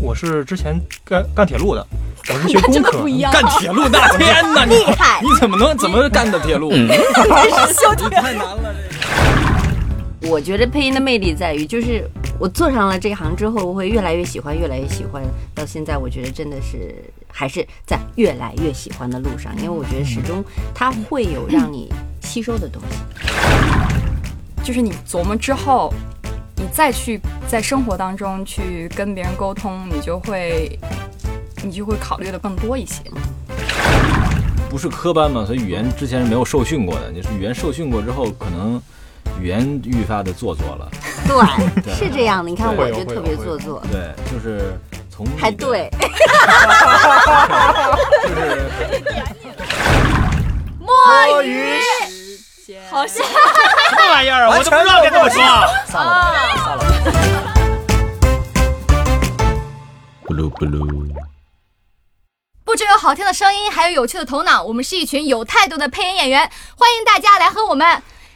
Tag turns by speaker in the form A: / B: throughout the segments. A: 我是之前干干铁路的，我是学
B: 那
A: 工
B: 真的
A: 科
B: 不。一样，
C: 干铁路那天呐，你
B: 厉害
C: 你怎么能怎么干的铁路？
B: 真是秀铁。
C: 太难了，
D: 我觉得配音的魅力在于，就是我做上了这行之后，我会越来越喜欢，越来越喜欢。到现在，我觉得真的是还是在越来越喜欢的路上，因为我觉得始终它会有让你吸收的东 西。
B: 就是你琢磨之后，你再去在生活当中去跟别人沟通，你就会你就会考虑的更多一些。
C: 不是科班嘛，所以语言之前是没有受训过的。你是语言受训过之后，可能语言愈发的做作了。
D: 对，
C: 对
D: 是这样的。你看，
A: 会
D: 我
A: 有
D: 就
A: 会
D: 特
A: 有
D: 别
A: 会
D: 做
A: 有
D: 作，
C: 对，就是从你的
D: 还对，。
C: 就是哎
A: 摸鱼
B: 好像
A: 什么玩意儿啊？我都不知道该怎么说。
E: 不噜不噜，
F: 不只有好听的声音，还有有趣的头脑。我们是一群有态度的配音演员，欢迎大家来和我们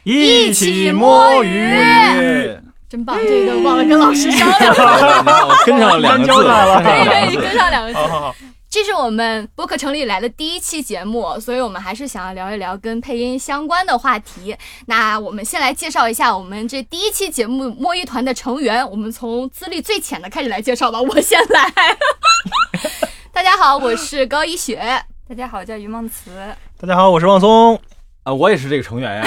A: 一
F: 起
A: 起
F: 摸
A: 摸
F: 鱼
A: 鱼。
F: 真棒！这个忘了跟老师商量，
C: 我跟上了两个字，
A: 搬家了
C: 跟上了
F: 可
C: 两
F: 以
C: 个
F: 跟
C: 字。
F: 上两个字。
A: 好好好，
F: 这是我们播客城里来的第一期节目，所以我们还是想要聊一聊跟配音相关的话题。那我们先来介绍一下我们这第一期节目摸鱼团的成员，我们从资历最浅的开始来介绍吧，我先来。大家好，我是高一雪。
B: 大家好，我叫于梦慈，
C: 嗯
A: 大家好，我是望松。
C: 啊，我也是这个 成员呀。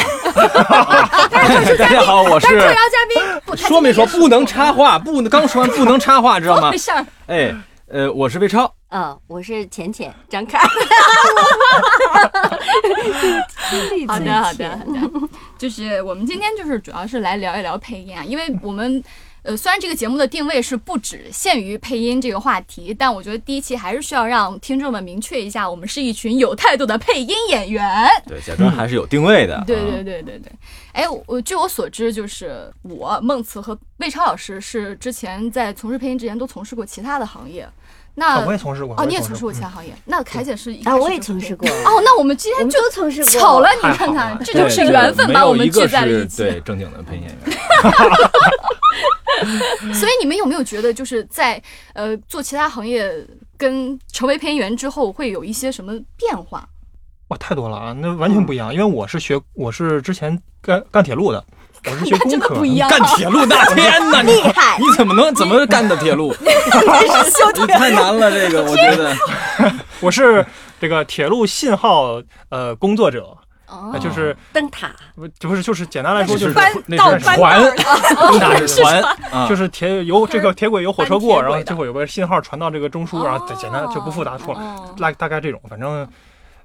C: 大家好，哦我
F: 特
C: 是
F: 邀嘉宾不他
C: 说没说
F: 今天也是哦
C: 不能插话，不能刚说完不能插话，知 道吗
F: 没？事儿，
C: 哎，呃，我是魏超，
D: 嗯，我是浅浅张 凯。
F: 好的，好的，好 的。就是我们今天就是主要是来聊一聊配音啊，因为我们呃虽然这个节目的定位是不只限于配音这个话题，但我觉得第一期还是需要让听众们明确一下，我们是一群有态度的配音演员。
C: 对，假装还是有定位的。
F: 对
C: 啊
F: 对对对对，哎，我据我所知，就是我孟慈和魏超老师是之前在从事配音之前都从事过其他的行业。那
A: 啊我也从事过。
F: 哦，你也
A: 我
F: 从事过其他行业。那凯姐是一
D: 嗯
F: 开
D: 啊，
F: 始
D: 我也
F: 就是
D: 从
F: 配
D: 事过。
F: 哦，那我们今
D: 我
F: 天
D: 们
F: 就
D: 都从事过。
F: 巧了，你
A: 太
F: 看
A: 好
F: 看
A: 了，
F: 这
C: 对
F: 就是缘分把我
C: 没有
F: 们
C: 一个
F: 聚在了
C: 是
F: 一起。
C: 对正经的配 音演员，
F: 所以你们有没有觉得，就是在呃做其他行业跟成为配音员之后，会有一些什么变化？
A: 哇，太多了啊，那完全不一样。因为我是学，我是之前干干铁路的，我是学工
F: 真的
A: 科
F: 不
A: 的
F: 一。样。
C: 干铁路那天呐，你
D: 厉害
C: 你怎么能怎么干的铁路？
B: 真是秀
C: 你太难了，这个我觉得
A: 我是这个铁路信号呃工作者，
F: 哦
A: 呃就是
D: 灯塔，
A: 不不是就是简单来说就
C: 就是
A: 是
B: 搬
C: 那
B: 到
C: 是
B: 搬
C: 船，
F: 哦
A: 大
C: 那是船啊，
A: 就是铁有这个铁轨有火车过，然后
B: 搬铁轨的
A: 这会有个信号传到这个中枢，然后简单就不复杂说了，
F: 哦
A: 大大概这种，反正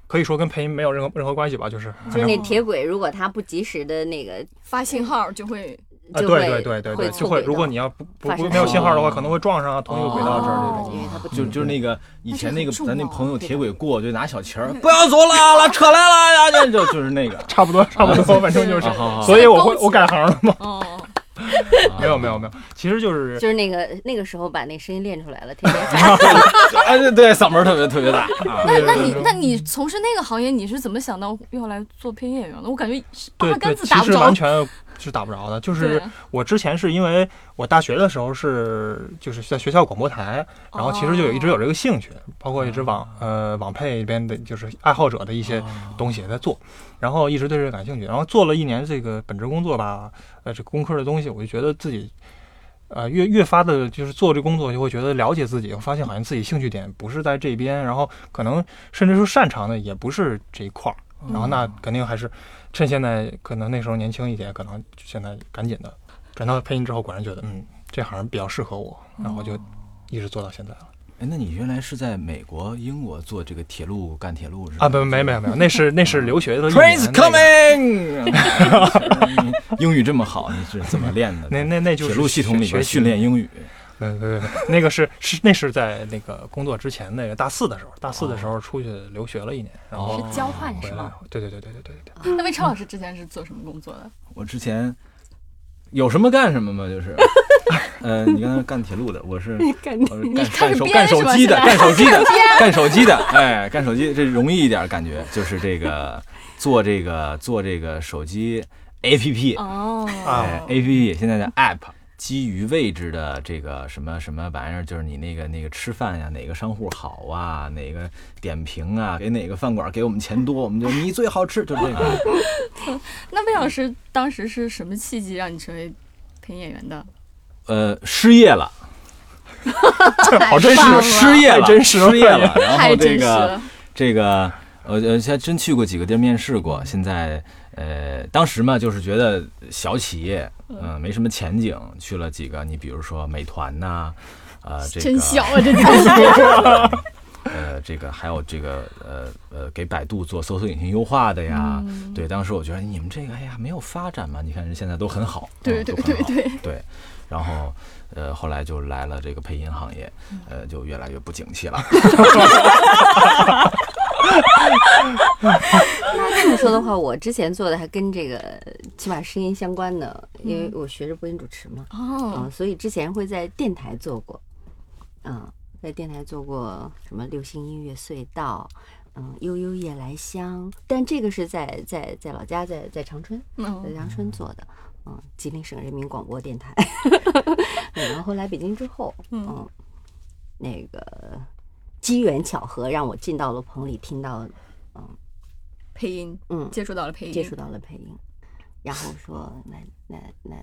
A: 可以说跟配音没有任何任何关系吧，就是
D: 就是那铁轨，如果它不及时的那个，
F: 发信号就会
A: 啊
D: 就
A: 对对
D: 会
A: 对对对，
D: 错
A: 就会
D: 轨道
A: 如果你要不不
D: 发生
A: 不没有信号的话，
C: 哦
A: 可能会撞上啊同一个轨道之类的这
D: 哦
A: 种。嗯
D: 因为它不
C: 就就是那个以前那个
F: 那是很重要
C: 咱那朋友铁轨过，就拿小旗儿，不要走了，拉车来了呀，就就就是 那个。
A: 差不多，差不多，反正就是
C: 啊，好好好
A: 所以我会我改行了嘛？
F: 哦，
A: 没有没有没有，其实就是
D: 就是那个那个时候把那声音练出来了，天天
C: 哎，对对，嗓门儿特 别特别大啊。
F: 那那
A: 对
F: 你
A: 对
F: 那你从事那个行业，你是怎么想到要来做配音演员的？我感觉是八
A: 对
F: 竿
A: 对，
F: 子
A: 其
F: 打不
A: 实
F: 着
A: 完。全是打不着的。就是
F: 对，
A: 我之前是因为我大学的时候是就是在学校广播台，然后其实就有一直有这个兴趣，包括一直网呃网配里边的就是爱好者的一些东西也在做，然后一直对这个感兴趣，然后做了一年这个本职工作吧，呃这工科的东西，我就觉得自己。呃，越越发的，就是做这工作，就会觉得了解自己，我发现好像自己兴趣点不是在这边，然后可能甚至说擅长的也不是这一块儿，然后那肯定还是趁现在，可能那时候年轻一点，可能就现在赶紧的转到配音之后，果然觉得嗯，这行比较适合我，然后就一直做到现在了。
C: 哎，那你原来是在美国、英国做这个铁路干铁路是吧
A: 啊，不，没没有没有，那是那是留学的一年那
C: Trains
A: 个
C: coming！你 英语这么好，你是怎么练的？
A: 那那那就是
C: 铁路系统里边训练英语。
A: 没没没，呃那个是是那是在那个工作之前，那个大四的时候，大四的时候出去留学了一年，然后
F: 是交换
A: 回
F: 哦是
A: 来
F: 吗？。
A: 对对对对对对对。
F: 那魏超老师之前是做什么工作的？
C: 我之前有什么干什么嘛，就是， 呃，你刚才干铁路的，我 是
D: 干
C: 我是干
F: 开
C: 干
F: 始
C: 手
F: 编
C: 干手
F: 是吧
C: 机的，
F: 现
C: 干手机啊的，干手机的，哎，干手机这容易一点，感觉就是这个做这个做这个手机 APP，
F: 哦
A: 啊
C: 啊哎，APP 现在的 App，基于位置的这个什么什么玩意儿，就是你那个那个吃饭呀，哪个商户好啊，哪个点评啊，给哪个饭馆给我们钱多，我们就你最好吃，就这个。
F: 那魏老师当时是什么契机让你成为配音演员的？
C: 呃，失业了，
A: 这
F: 哦
A: 好真实，
C: 失业了，
A: 太真实了
C: 失业了。然后
F: 太
C: 这
F: 真实
C: 个
F: 了，
C: 这个，我呃，现在真去过几个地儿面试过。现在，呃，当时嘛，就是觉得小企业，嗯、没什么前景，去了几个，你比如说美团呐、呃，这个
F: 真小啊，这 个
C: 呃，这个还有这个呃呃，给百度做搜索引擎优化的呀，
F: 嗯
C: 对，当时我觉得你们这个哎呀没有发展嘛，你看人现在都很好，
F: 对
C: 嗯
F: 对
C: 都很
F: 对
C: 好
F: 对
C: 对，然后呃后来就来了这个配音行业，呃就越来越不景气了，
D: 这么说的话，我之前做的还跟这个起码声音相关的，因为我学着播音主持嘛，
F: 哦
D: 嗯，所以之前会在电台做过，嗯，在电台做过什么流行音乐隧道，嗯，悠悠夜来香，但这个是在在在老家，在在长春，在
C: 哦
F: 嗯
D: 长春做的，嗯，吉林省人民广播 电台，嗯然后来北京之后，
F: 嗯
D: 嗯，那个机缘巧合让我进到了棚里，听到
F: 配音
D: 嗯
F: 接触到了配音，
D: 接触到了配音，然后说那那那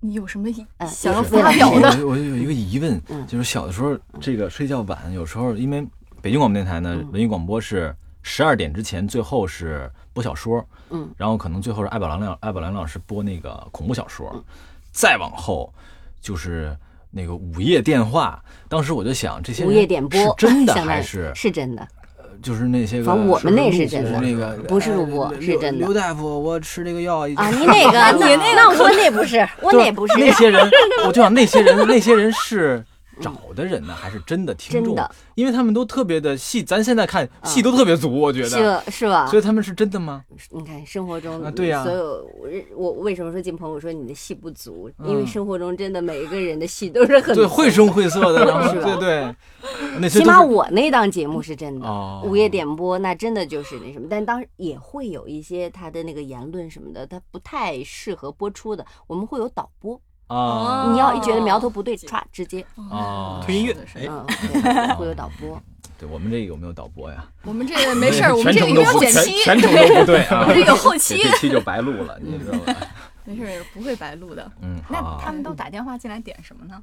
F: 你有什么
D: 呃
F: 想要
D: 就是为
F: 发
D: 了
F: 表
D: 表
F: 的？
C: 我我有一个疑问，
D: 嗯
C: 就是小的时候这个睡觉晚，有时候因为北京广播电台呢，
D: 嗯
C: 文艺广播是十二点之前，最后是播小说，
D: 嗯，
C: 然后可能最后是艾宝良老艾宝良老师播那个恐怖小说，
D: 嗯
C: 再往后就是那个午夜电话。当时我就想，这些人
D: 午夜点播
C: 是真 的
D: 相当于
C: 还是
D: 是真 的，
C: 就是那些个
D: 反正我们那
C: 是
D: 是真的
C: 那个
D: 不是主播
C: 哎
D: 是真的
C: 刘刘大夫，我吃这个药已经
D: 啊，你那个，你那个，我那不是，我
C: 就
D: 那不是，
C: 那些人，我就想那些人，那些人是找的人呢，还是真的听众？
D: 真的，嗯
C: 因为他们都特别的戏，咱现在看戏都特别足，我觉得，
D: 是啊是吧
C: 所？以他们是真的吗？
D: 你看生活中
C: 啊对呀
D: 所有我我为什么说进朋友说你的戏不足？
C: 嗯
D: 因为生活中真的每一个人的戏都是很
C: 对，绘声绘色的，然后
D: 是吧啊
C: 对对，那些
D: 起
C: 都
D: 码
C: 是
D: 我那档节目是真的。
C: 哦，
D: 午夜点播那真的就是那什么，但当然也会有一些他的那个言论什么的，他不太适合播出的。我们会有导播，
C: 啊，
D: 你要一觉得苗头不对，歘直接，
C: 啊
A: 推音乐
F: 是的是
A: 哎
F: 的
D: 嗯，对会有导播。
C: 对我们这个有没有导播呀？
F: 我们这个没事儿，我们这个一
C: 全程
F: 定
C: 都
F: 要
C: 不
F: 剪
C: 全
F: 辑，
C: 全程都不对啊，
F: 我们这 个有后期
C: 这，这期就白录了，你知道 吧？
F: 没事儿不会白录的。
C: 嗯，好
F: 那
C: 好
F: 他
C: 好，
F: 们都打电话进来点什么呢？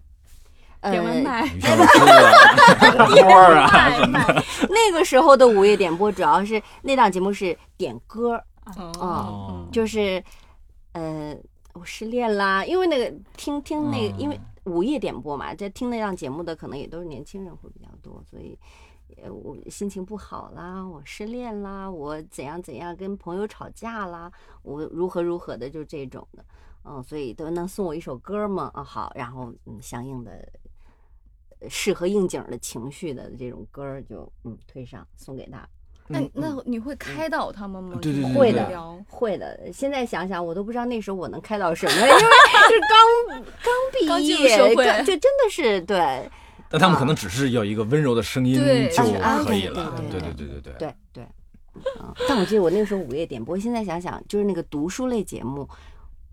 F: 点外
D: 呃，
F: 卖，
C: 你上次 说的波儿啊什么的，
D: 那个时候的午夜点播主要是那档节目是点歌儿，
C: 哦
F: 嗯
D: 就是，呃，我失恋啦，因为那个听听那个，因为午夜点播嘛，这听那档节目的可能也都是年轻人会比较多，所以，呃，我心情不好啦，我失恋啦，我怎样怎样跟朋友吵架啦，我如何如何的，就这种的，嗯，所以都能送我一首歌吗？啊，好，然后嗯，相应的。呃适合应景的情绪的这种歌儿就嗯推上送给他，
F: 那
D: 嗯
F: 那你会开导他们吗？
C: 对对对
D: 会的
F: 聊
D: 会的，现在想想我都不知道那时候我能开到什么，因为就是刚刚毕业，
F: 刚进入社会
D: 刚就真的是对
C: 但他们可能只是要一个温柔的声音
F: 对
C: 就
F: 安
C: 可
D: 抚
C: 以了，对
D: 对
C: 对
D: 对
C: 对对对。
D: 对对、嗯但我记得我那时候午夜点播，现在想想就是那个读书类节目，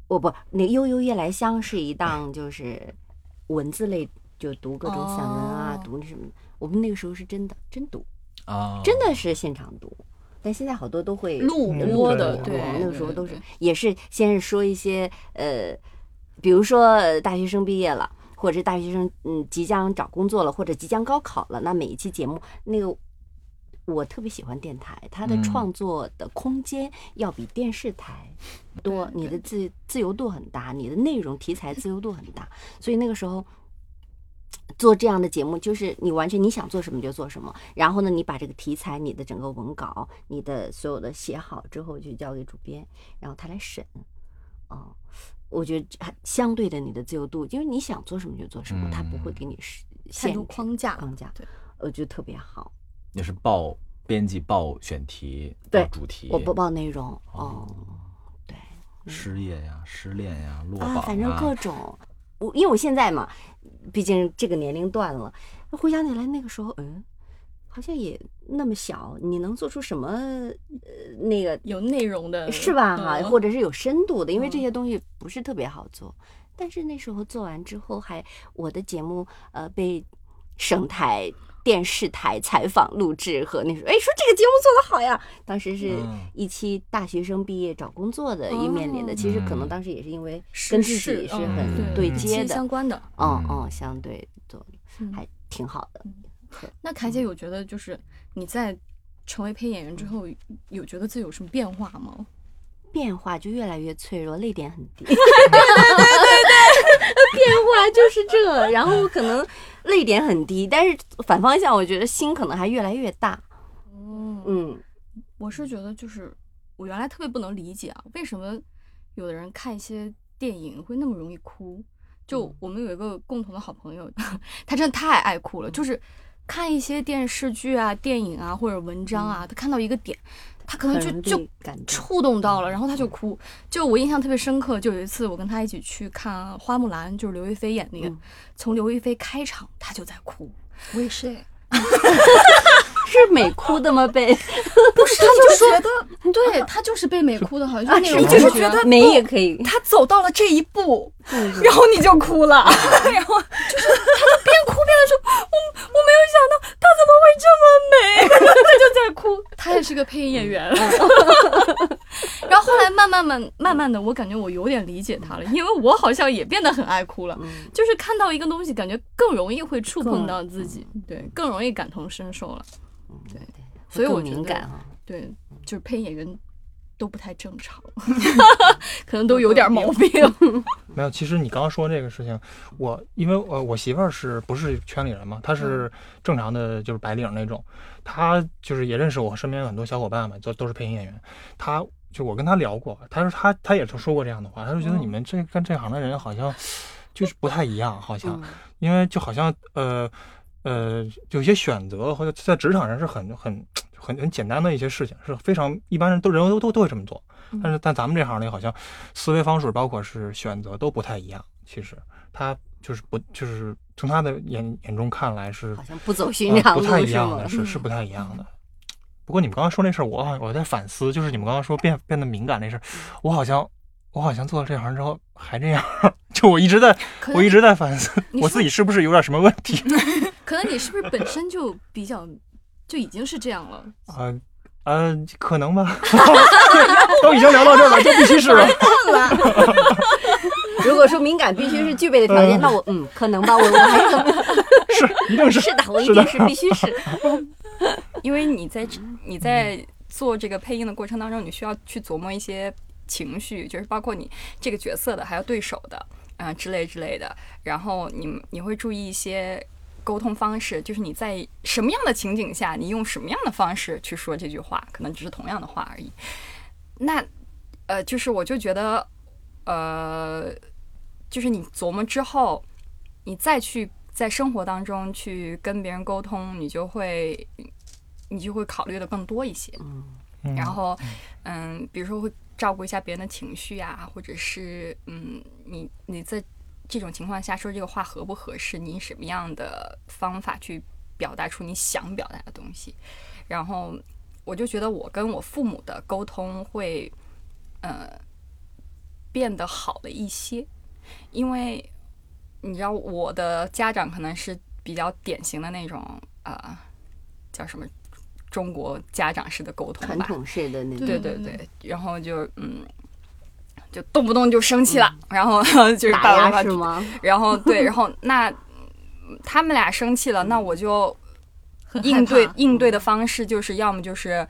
D: 我不那《悠悠夜来香》是一档就是文字类，就读各种散文啊，
F: 哦
D: 读那什么。我们那个时候是真的真读，
C: 啊，
D: 真的是现场读，但现在好多都会
F: 录
A: 嗯
F: 播
A: 对
F: 的，
A: 对
F: 对，
D: 我们那个时候
F: 对
D: 都
F: 对
D: 是也是先是说一些呃，比如说呃大学生毕业了，或者是大学生嗯即将找工作了，或者即将高考了，那每一期节目那个。我特别喜欢电台，它的
C: 嗯
D: 创作的空间要比电视台多，
F: 对
D: 你的自自由度很大，你的内容题材自由度很大，所以那个时候做这样的节目，就是你完全你想做什么就做什么，然后呢，你把这个题材、你的整个文稿、你的所有的写好之后，就交给主编，然后他来审。哦，我觉得这还相对的你的自由度，因为你想做什么就做什么，他不会给你是
F: 嗯太
D: 限
F: 多
D: 制
F: 框架，
C: 嗯
D: 框架
F: 对，
D: 我觉得特别好。
C: 也是报编辑报选题，
D: 对
C: 报主题，
D: 我播报内容哦，
C: 失业呀、失恋呀、落榜
D: 啊，反正各种，我因为我现在嘛，毕竟这个年龄段了，回想起来那个时候，嗯，好像也那么小，你能做出什么呃那个
F: 有内容的，
D: 是吧？哈、
F: 嗯
D: 或者是有深度的，因为这
F: 嗯
D: 些东西不是特别好做。但是那时候做完之后还，我的节目呃被省台电视台采访录制和那时候，哎，说这个节目做的好呀。当时是
C: 嗯
D: 一期大学生毕业找工作的一面临的，其实可能
C: 嗯
D: 当时也是因为
F: 时
D: 跟自
F: 事
D: 己是
F: 嗯
D: 很
C: 对
D: 对接
F: 息
D: 的，
F: 相关的。
D: 嗯
C: 嗯
D: 嗯，相对做
F: 嗯
D: 还挺好的。
F: 那凯姐
C: 嗯
F: 有觉得就是你在成为配音演员之后，有觉得自己有什么变化吗？
D: 变化就越来越脆弱，泪点很低。 对对对对对，变化就是这。然后可能泪点很低，但是反方向，我觉得心可能还越来越大。
F: 哦
D: 嗯，
F: 我是觉得就是我原来特别不能理解啊，为什么有的人看一些电影会那么容易哭？就我们有一个共同的好朋友， 他真的太爱哭了，就是看一些电视剧啊、电影啊或者文章啊，他看到一个点，他可能就
D: 很
F: 就
D: 被感动。
F: 触动到了，然后他就哭。就我印象特别深刻，就有一次我跟他一起去看《花木兰》，就是刘亦菲演那个，
D: 嗯
F: 从刘亦菲开场他就在哭。我也是，
D: 是美哭的吗？ 被
F: 不是，他就觉得，对他就是被美哭的，好像是那种
D: 啊就是
F: 感啊
B: 觉得
D: 美也可以。
F: 他走到了这一步，
D: 嗯
B: 然后你就哭了，
F: 然后就是他就边哭边说：“我我没有想到他怎么会这么美。” 他就在哭。他也是个配音演员。然后后来慢慢慢慢慢的，我感觉我有点理解他了，因为我好像也变得很爱哭了。
D: 嗯
F: 就是看到一个东西，感觉更容易会触碰到自己，对，更容易感同身受了。所以我
D: 更
F: 觉得
D: 敏感啊哈，
F: 对，就是配音演员都不太正常，可能都有点毛病。
A: 没有，其实你刚刚说这个事情，我因为呃我媳妇儿是不是圈里人嘛，她是正常的就是白领那种，她就是也认识我身边很多小伙伴嘛，都都是配音演员，她就我跟她聊过，她说她她也就说过这样的话，她就觉得你们这跟这行的人好像就是不太一样，好像
D: 嗯
A: 因为就好像呃呃，有些选择或者在职场上是很很很很简单的一些事情，是非常一般人都人都都都会这么做，
F: 嗯
A: 但是但咱们这行里好像思维方式包括是选择都不太一样。其实他就是不就是从他的眼眼中看来是
D: 好像不走寻
A: 呃
D: 常
A: 不
D: 路
A: 太一
D: 是
A: 样
D: 吗
A: 的，？
F: 嗯
A: 是是不太一样的。不过你们刚刚说那事儿，我好我在反思，就是你们刚刚说变变得敏感那事儿，我好像我好像做了这行之后还这样， 就我一直在
F: 可
A: 我一
F: 能
A: 直在反思
F: 你
A: 我
F: 说
A: 自己是不是有点什么问题。
F: 可能你是不是本身就比较就已经是这样 了？
A: 啊，呃，可能吧。 都已经聊到这儿了，就必须是了。
D: 如果说敏感必须是具备的条件，
A: 嗯
D: 那我嗯可能吧，我我还是怎么
A: 是，一定是。
D: 是的，我一
A: 是
D: 定
A: 的
D: 是必须 是。
B: 因为你在你在做这个配音的过程当中，你需要去琢磨一些情绪，就是包括你这个角色的，还有对手的啊、之类之类的。然后你你会注意一些沟通方式，就是你在什么样的情景下，你用什么样的方式去说这句话，可能只是同样的话而已。那呃，就是我就觉得呃，就是你琢磨之后，你再去在生活当中去跟别人沟通，你就会你就会考虑的更多一些。
A: 嗯
B: 然后，嗯，比如说会照顾一下别人的情绪啊，或者是嗯，你你在这种情况下说这个话合不合适，你以什么样的方法去表达出你想表达的东西。然后我就觉得我跟我父母的沟通会，呃，变得好了一些，因为你知道我的家长可能是比较典型的那种呃，叫什么中国家长式的沟通
D: 传
B: 吧，
D: 统式的那种
B: 对
F: 对
B: 对对，然后就嗯，就动不动就生气了，然后 就是
D: 嗯打
B: 爸爸
D: 压
B: 妈
D: 是
B: 妈
D: 吗？
B: 然后对，然后那嗯他们俩生气了，那我就
F: 很害
B: 应对
F: 怕嗯
B: 应对的方式就是要么就是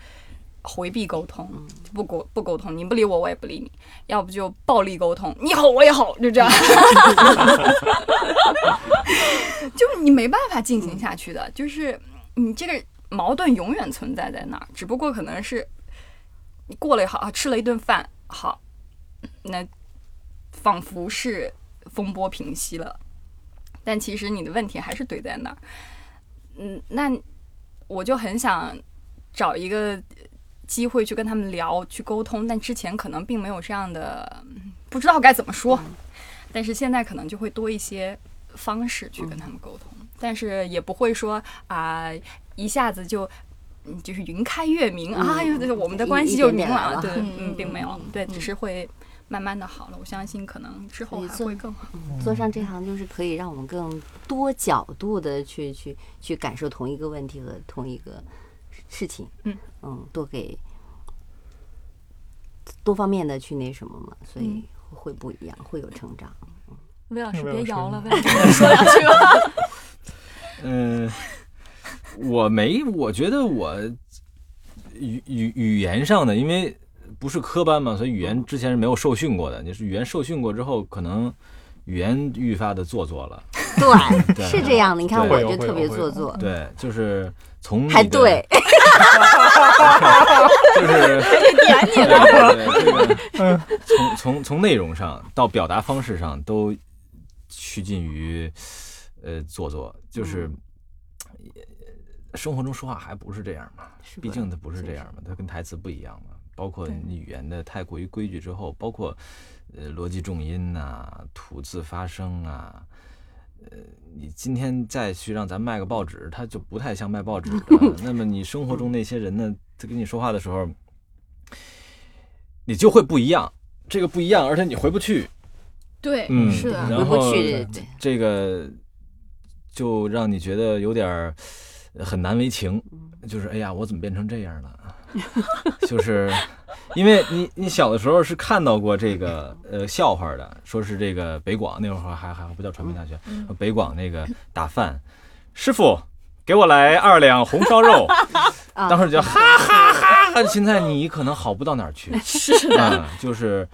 B: 回避沟通，
F: 嗯
B: 就不沟不沟通，你不理我，我也不理你；要不就暴力沟通，你吼我也吼，就这 样， 就是你没办法进行下去的，就是你这个矛盾永远存在在那儿，只不过可能是你过了也好，啊吃了一顿饭好，那仿佛是风波平息了，但其实你的问题还是堆在那儿。嗯，那我就很想找一个呃机会去跟他们聊，去沟通，但之前可能并没有这样的，嗯不知道该怎么说。
D: 嗯
B: 但是现在可能就会多一些方式去跟他们沟通，
D: 嗯
B: 但是也不会说啊、一下子就。嗯，就是云开月明、啊，
D: 嗯
B: 又我们的
D: 一
B: 关系
D: 一
B: 就
D: 点
B: 明
D: 点
B: 朗
D: 来了
B: 对，
F: 嗯
B: 嗯，并没有，对，只是会慢慢的好了，我相信可能之后
D: 所以
B: 还
D: 做
B: 会更好。
D: 做上这行就是可以让我们更多角度的去去去感受同一个问题和同一个事情，
B: 嗯
D: 嗯，多给多方面的去那什么嘛，所以会不一样，会有成长。
F: 魏老
A: 师别摇 了
F: 魏老师说两句吧。
C: 嗯， 我没，我觉得我语语语言上的，因为不是科班嘛，所以语
D: 嗯
C: 言之前是没有受训过的。你是语言受训过之后，可能语言愈发的做作了。
D: 对，
C: 对
D: 是这样的。你看，我
A: 会有
D: 就
A: 会
D: 特
A: 有
D: 别
A: 会
D: 做
A: 有
D: 作，
C: 对，就是从你的
D: 还对，
C: 就是
F: 点你了。
C: 对这个从从从内容上到表达方式上都趋近于呃做作，就是、呃生活中说话还不是这样嘛，
D: 是
C: 毕
D: 吧
C: 竟它不是
D: 是
C: 这
D: 是
C: 样嘛，它跟台词不一样嘛。包括
B: 对
C: 你语言的太过于规矩之后，包括呃逻辑重音呐、吐字发声啊。呃，你今天再去让咱卖个报纸，它就不太像卖报纸的。那么你生活中那些人呢，他跟你说话的时候，你就会不一样。这个不一样，而且你回不去。
F: 对，
C: 嗯
F: 是的，
C: 然
D: 回
C: 后
D: 不去，对
C: 这个就让你觉得有点儿呃很难为情，就是哎呀，我怎么变成这样了？ 就是因为你你小的时候是看到过这个呃笑话的，说是这个北广那会儿还还不叫传媒大学，北广那个打饭师傅。给我来二两红烧肉，
D: 啊
C: 当时就哈哈哈哈。现在你可能好不到哪儿去，
F: 是
C: 啊，就是，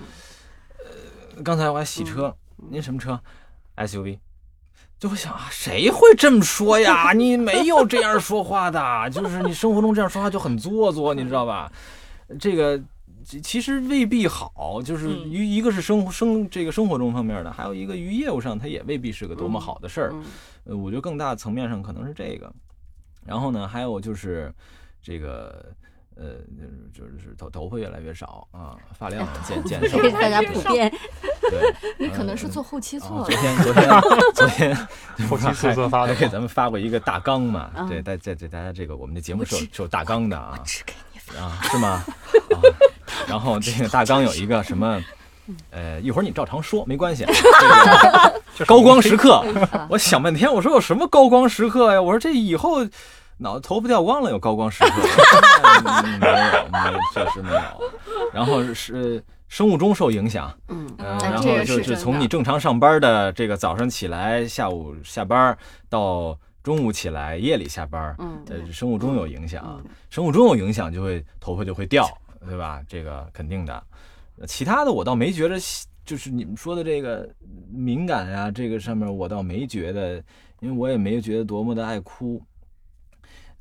C: 呃，刚才我还洗车，您什么车？SUV。就会想啊，谁会这么说呀？你没有这样说话的，就是你生活中这样说话就很做作，你知道吧？这个其其实未必好，就是
F: 嗯
C: 于一个是生活生这个生活中方面的，还有一个于业务上，它也未必是个多么好的事儿。
D: 嗯
C: 呃，我觉得更大层面上可能是这个。然后呢，还有就是这个呃，就是就是头头发越来越少啊，发量减减少
D: 这。是大家嗯普遍
C: 对，
A: 呃
F: 你可能是做后期
C: 啊
F: 错了。
C: 昨天 昨天昨天，
A: 后期
C: 还哎
A: 四色发
C: 还
A: 的
C: 给咱们发过一个大纲嘛？
D: 嗯
C: 对，大在在大家这个我们的节目是有
F: 我知
C: 是有大纲的啊
F: 只给你
C: 啊，是吗？啊，然后这个大纲有一个什么？
F: 嗯
C: 呃，一会儿你照常说，没关系。啊这个
A: 就是
C: 高光时刻，我想半天，我说有什么高光时刻呀？我说这以后脑子头发掉光了有高光时刻， 嗯没有，没有，确实没有。然后是生物钟受影响，
D: 嗯
C: 呃
F: 啊
C: 然
F: 这
C: 后
F: 个
C: 就是
F: 真
C: 是
F: 的
C: 从你正常上班的这个早上起来，下午下班到中午起来，夜里下班，
D: 嗯
C: 呃，生物钟有影响，生物钟有影响就会头发就会掉，对吧？这个肯定的。呃其他的我倒没觉着细，就是你们说的这个敏感啊，这个上面我倒没觉得，因为我也没觉得多么的爱哭。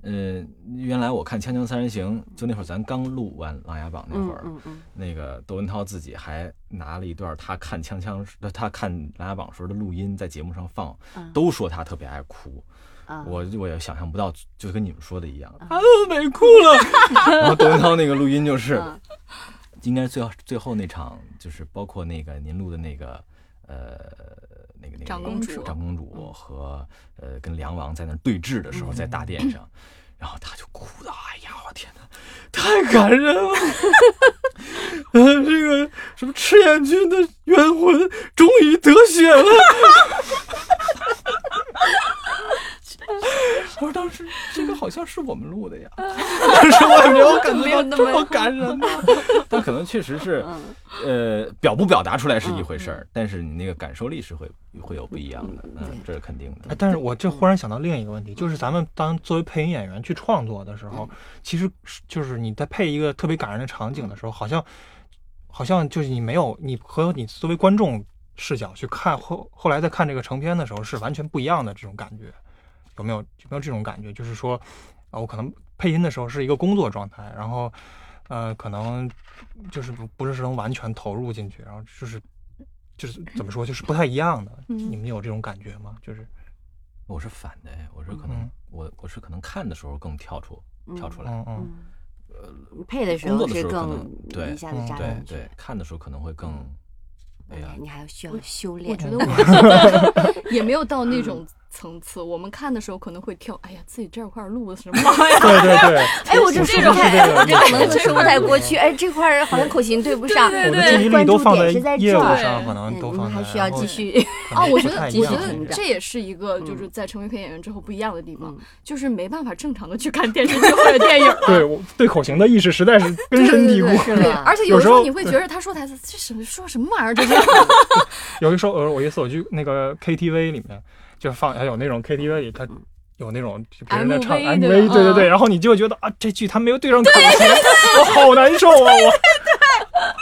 C: 嗯、原来我看《锵锵三人行》，就那会儿咱刚录完《琅琊榜》那会
D: 嗯
C: 儿，
D: 嗯嗯
C: 那个窦文涛自己还拿了一段他看《锵锵》他看《琅琊榜》时候的录音，在节目上放，
D: 嗯
C: 都说他特别爱哭。
D: 啊，
C: 我我也想象不到，就跟你们说的一样，啊，美哭了。 然后窦文涛那个录音就是
D: 嗯，
C: 应该是最后最后那场，就是包括那个您录的那个，呃，那个那个
B: 长公主
C: 长公主和呃跟梁王在那儿对峙的时候，在大殿上，
F: 嗯
C: 然后他就哭的，哎呀，我天哪，太感人了。 呃，这个什么赤焰军的冤魂终于得雪了。 我说当时这个好像是我们录的 呀，但是我也没有感
F: 没有
C: 觉
F: 那
C: 到
F: 么嗯
C: 这么感人呢。但可能确实是，呃，表不表达出来是一回事
D: 嗯
C: 儿，但是你那个感受力是会会有不一样的，嗯，这是肯定
A: 哎
C: 的。
A: 但是我这忽然想到另一个问题，就是咱们当作为配音演员去创作的时候，其实是就是你在配一个特别感人的场景的时候，好像好像就是你没有你和你作为观众视角去看后后来再看这个成片的时候是完全不一样的这种感觉，有没有有没有这种感觉？就是说，啊，我可能配音的时候是一个工作状态，然后呃，可能就是不不是能完全投入进去，然后就是。就是怎么说，就是不太一样的。
F: 嗯
A: 你们有这种感觉吗？就是
C: 我是反的，哎，我是可能
A: 嗯
C: 我我是可能看的时候更跳出跳出来，
A: 嗯嗯，
D: 嗯，你配的时
C: 工
D: 候
C: 作的
D: 是
C: 时候可
D: 更
C: 能对
D: 一下子扎
C: 对
D: 进去，嗯
C: 对，看的时候可能会更，哎呀，
D: 你还需要修
F: 我
D: 炼。
F: 觉得我也没有到那种层次。我们看的时候可能会跳，哎呀，自己这块儿录的什么 玩意
A: 对对对，
D: 哎，我这
A: 是
D: 说
A: 这
D: 不太，
A: 个
D: 我这可能
A: 这
D: 说不
A: 个
D: 太过去。哎，这块儿好像口型对不上，
A: 我
F: 对对
A: 的注意力
D: 关
A: 都
D: 注
A: 放
D: 点是在
A: 业
D: 这
A: 务
D: 儿。
A: 上，可
D: 嗯
A: 能都
D: 我
A: 放
D: 们
A: 在
D: 还需要继续，
A: 可
F: 啊，
A: 能
F: 我
A: 不
F: 觉得
A: 太一
F: 我
A: 样
F: 觉
D: 成
F: 得
D: 长
F: 这也是一个就是在成为配音演员之后不一样的地方，
D: 嗯
F: 就是没办法正常的去看电视剧或者电影了。
A: 对我对口型的意识实在是根
D: 对
A: 深蒂
D: 对
A: 固
D: 对，。是
F: 对，
D: 吧？
F: 而且
A: 有
F: 有
A: 时
F: 时候
A: 候
F: 你会觉
A: 对
F: 得他说台词这什么说什么玩意儿，这是
A: 有一首，呃，我一次我去那个 KTV 里面，就放还有那种 KTV 里它有那种就别人在唱
F: MV
A: MV，
F: 对
A: 对
F: 吧
A: 对对，然后你就会觉得啊，这剧它没有对上口型，我好难受啊！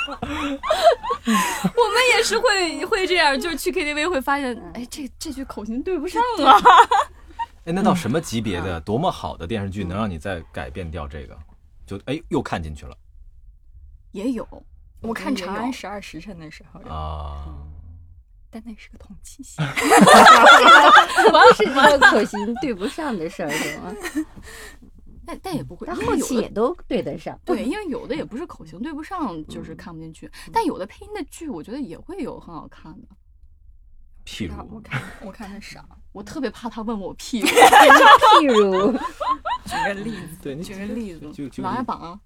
A: 我
F: 我们也是会会这样，就是去 KTV 会发现，哎，这这句口型对不上啊。
C: 哎，那到什么级别的、多么好的电视剧能让你再改变掉这个？就哎，又看进去了
F: 也有，我看
B: 《
F: 长
B: 长
F: 安
B: 安
F: 十
B: 十二时辰》的时候，
C: 啊！
D: 嗯
B: 但那是个统计系。
D: 不是这个口型对不上的事儿，懂 吗？
F: 但但也不会，
D: 但
F: 因
D: 后
F: 为有
D: 期
F: 的
D: 也嗯都对得上。
F: 对， 因为有的也不是口型对不上，就是看不进去。但有的配音的剧，我觉得也会有很好看的。
C: 譬
B: 啊
C: 如
B: 我看我看他 傻，
F: 我特别怕他问我屁 股，
D: 譬如，
B: 举个例子，
C: 对你
B: 举个例子，
C: 就就
F: 琅琊榜啊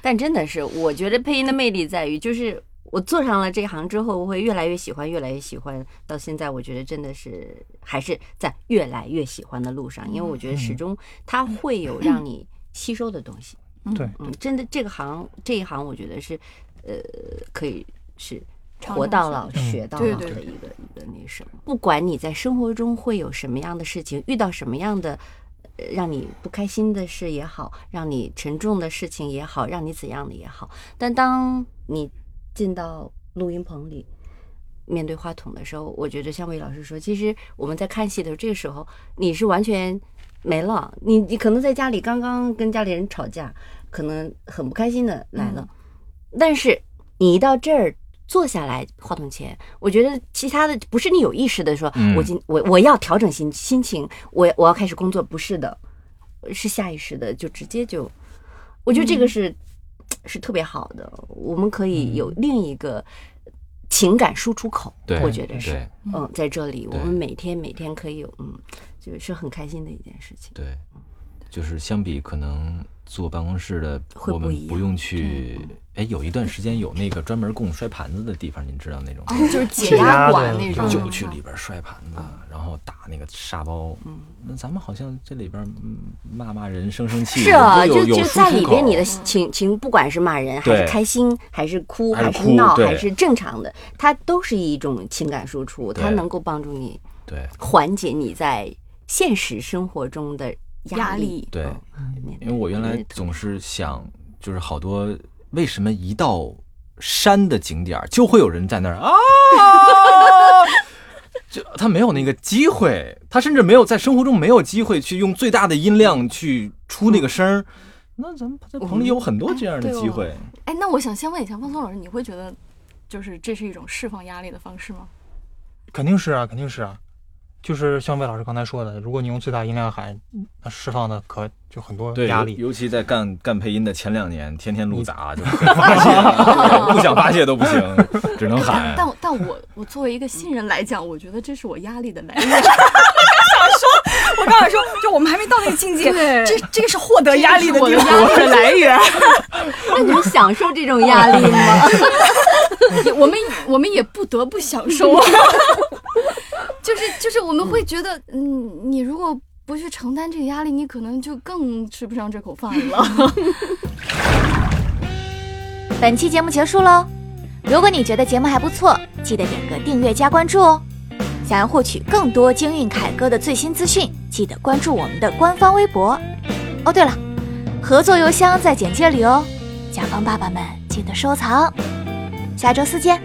D: 但真的是，我觉得配音的魅力在于，就是我做上了这行之后，我会越来越喜欢，越来越喜欢。到现在，我觉得真的是还是在越来越喜欢的路上，因为我觉得始终它会有让你吸收的东西。
A: 对
D: 嗯，真的这个行这一行，我觉得是，呃，可以是活到老
A: 嗯
D: 学到老
F: 对
D: 的
F: 对
D: 一个一个那什么。不管你在生活中会有什么样的事情，遇到什么样的。呃让你不开心的事也好，让你沉重的事情也好，让你怎样的也好，但当你进到录音棚里，面对话筒的时候，我觉得像魏老师说，其实我们在看戏的时候，这个时候你是完全没了。你你可能在家里刚刚跟家里人吵架，可能很不开心的来了，但是你一到这儿坐下来话筒前，我觉得其他的不是你有意识的说，
C: 嗯
D: 我今我我要调整心心情，我我要开始工作，不是的，是下意识的就直接就，我觉得
C: 嗯
D: 这个是、是特别好的，我们可以有另一个情感输出口，
C: 嗯对，
D: 我觉得是。
C: 对
D: 嗯，在这里，我
C: 对
D: 们每天每天可以有，嗯，就是很开心的一件事情。
C: 对，就是相比可能坐办公室的，
D: 会
C: 我
D: 不
C: 们
D: 一
C: 不
D: 样
C: 用去。哎，有一段时间有那个专门供摔盘子的地方，您知道那种地方吗？
F: 就是
A: 解
F: 解
A: 压
F: 压
A: 的
F: 馆那
D: 嗯
F: 种，
C: 就去里边摔盘子，然后打那个沙包。
D: 嗯
C: 那咱们好像这里边嗯骂骂人、生生气，
D: 是啊，
C: 都
D: 就
C: 有有
D: 就
C: 有
D: 在
C: 出
D: 里
C: 口
D: 边，你的情情，不管是骂人，还
C: 对
D: 是开心，还是哭，
C: 还是
D: 还
C: 哭
D: 是闹，
C: 对
D: 还是正常的，它都是一种情感输出，它
C: 对
D: 能够帮助你
C: 对
D: 缓解你在现实生活中的
F: 压
D: 压
F: 力
D: 力。
C: 对
D: 嗯，
C: 因为我原来
D: 嗯
C: 总是想，就是好多为什么一到山的景点儿就会有人在那 儿啊，就他没有那个机会，他甚至没有在生活中没有机会去用最大的音量去出
D: 嗯
C: 那个声儿。那咱们在棚里有很多这样的
F: 对
C: 机
F: 哦
C: 会，
F: 哎，那我想先问一下汪松老师，你会觉得就是这是一种释放压力的方式吗？
A: 肯定是啊，肯定是啊，就是像魏老师刚才说的，如果你用最大音量喊，那释放的可就很多
C: 对
A: 压
C: 尤
A: 力。
C: 尤其在干干配音的前两年，天天 录杂，就发泄了，不想发泄都不行，只能 喊。
F: 但但我我作为一个新人来讲，我觉得这是我压力的来源。
B: 我刚想说，就我们还没到那个境界，
F: 对
B: 这这个是获得压力的
F: 这
B: 地
F: 个是
B: 方
F: 我的压力
B: 来 源。
D: 那你们享受这种压力吗？
F: 也我们我们也不得不享受，啊 就是就是我们会觉得，嗯，你如果不去承担这个压力，你可能就更吃不上这口饭了。
G: 本期节目结束喽。如果你觉得节目还不错，记得点个订阅加关注哦。想要获取更多京韵凯歌的最新资讯，记得关注我们的官方微博。哦，对了，合作邮箱在简介里哦，甲方爸爸们记得收藏。下周四见，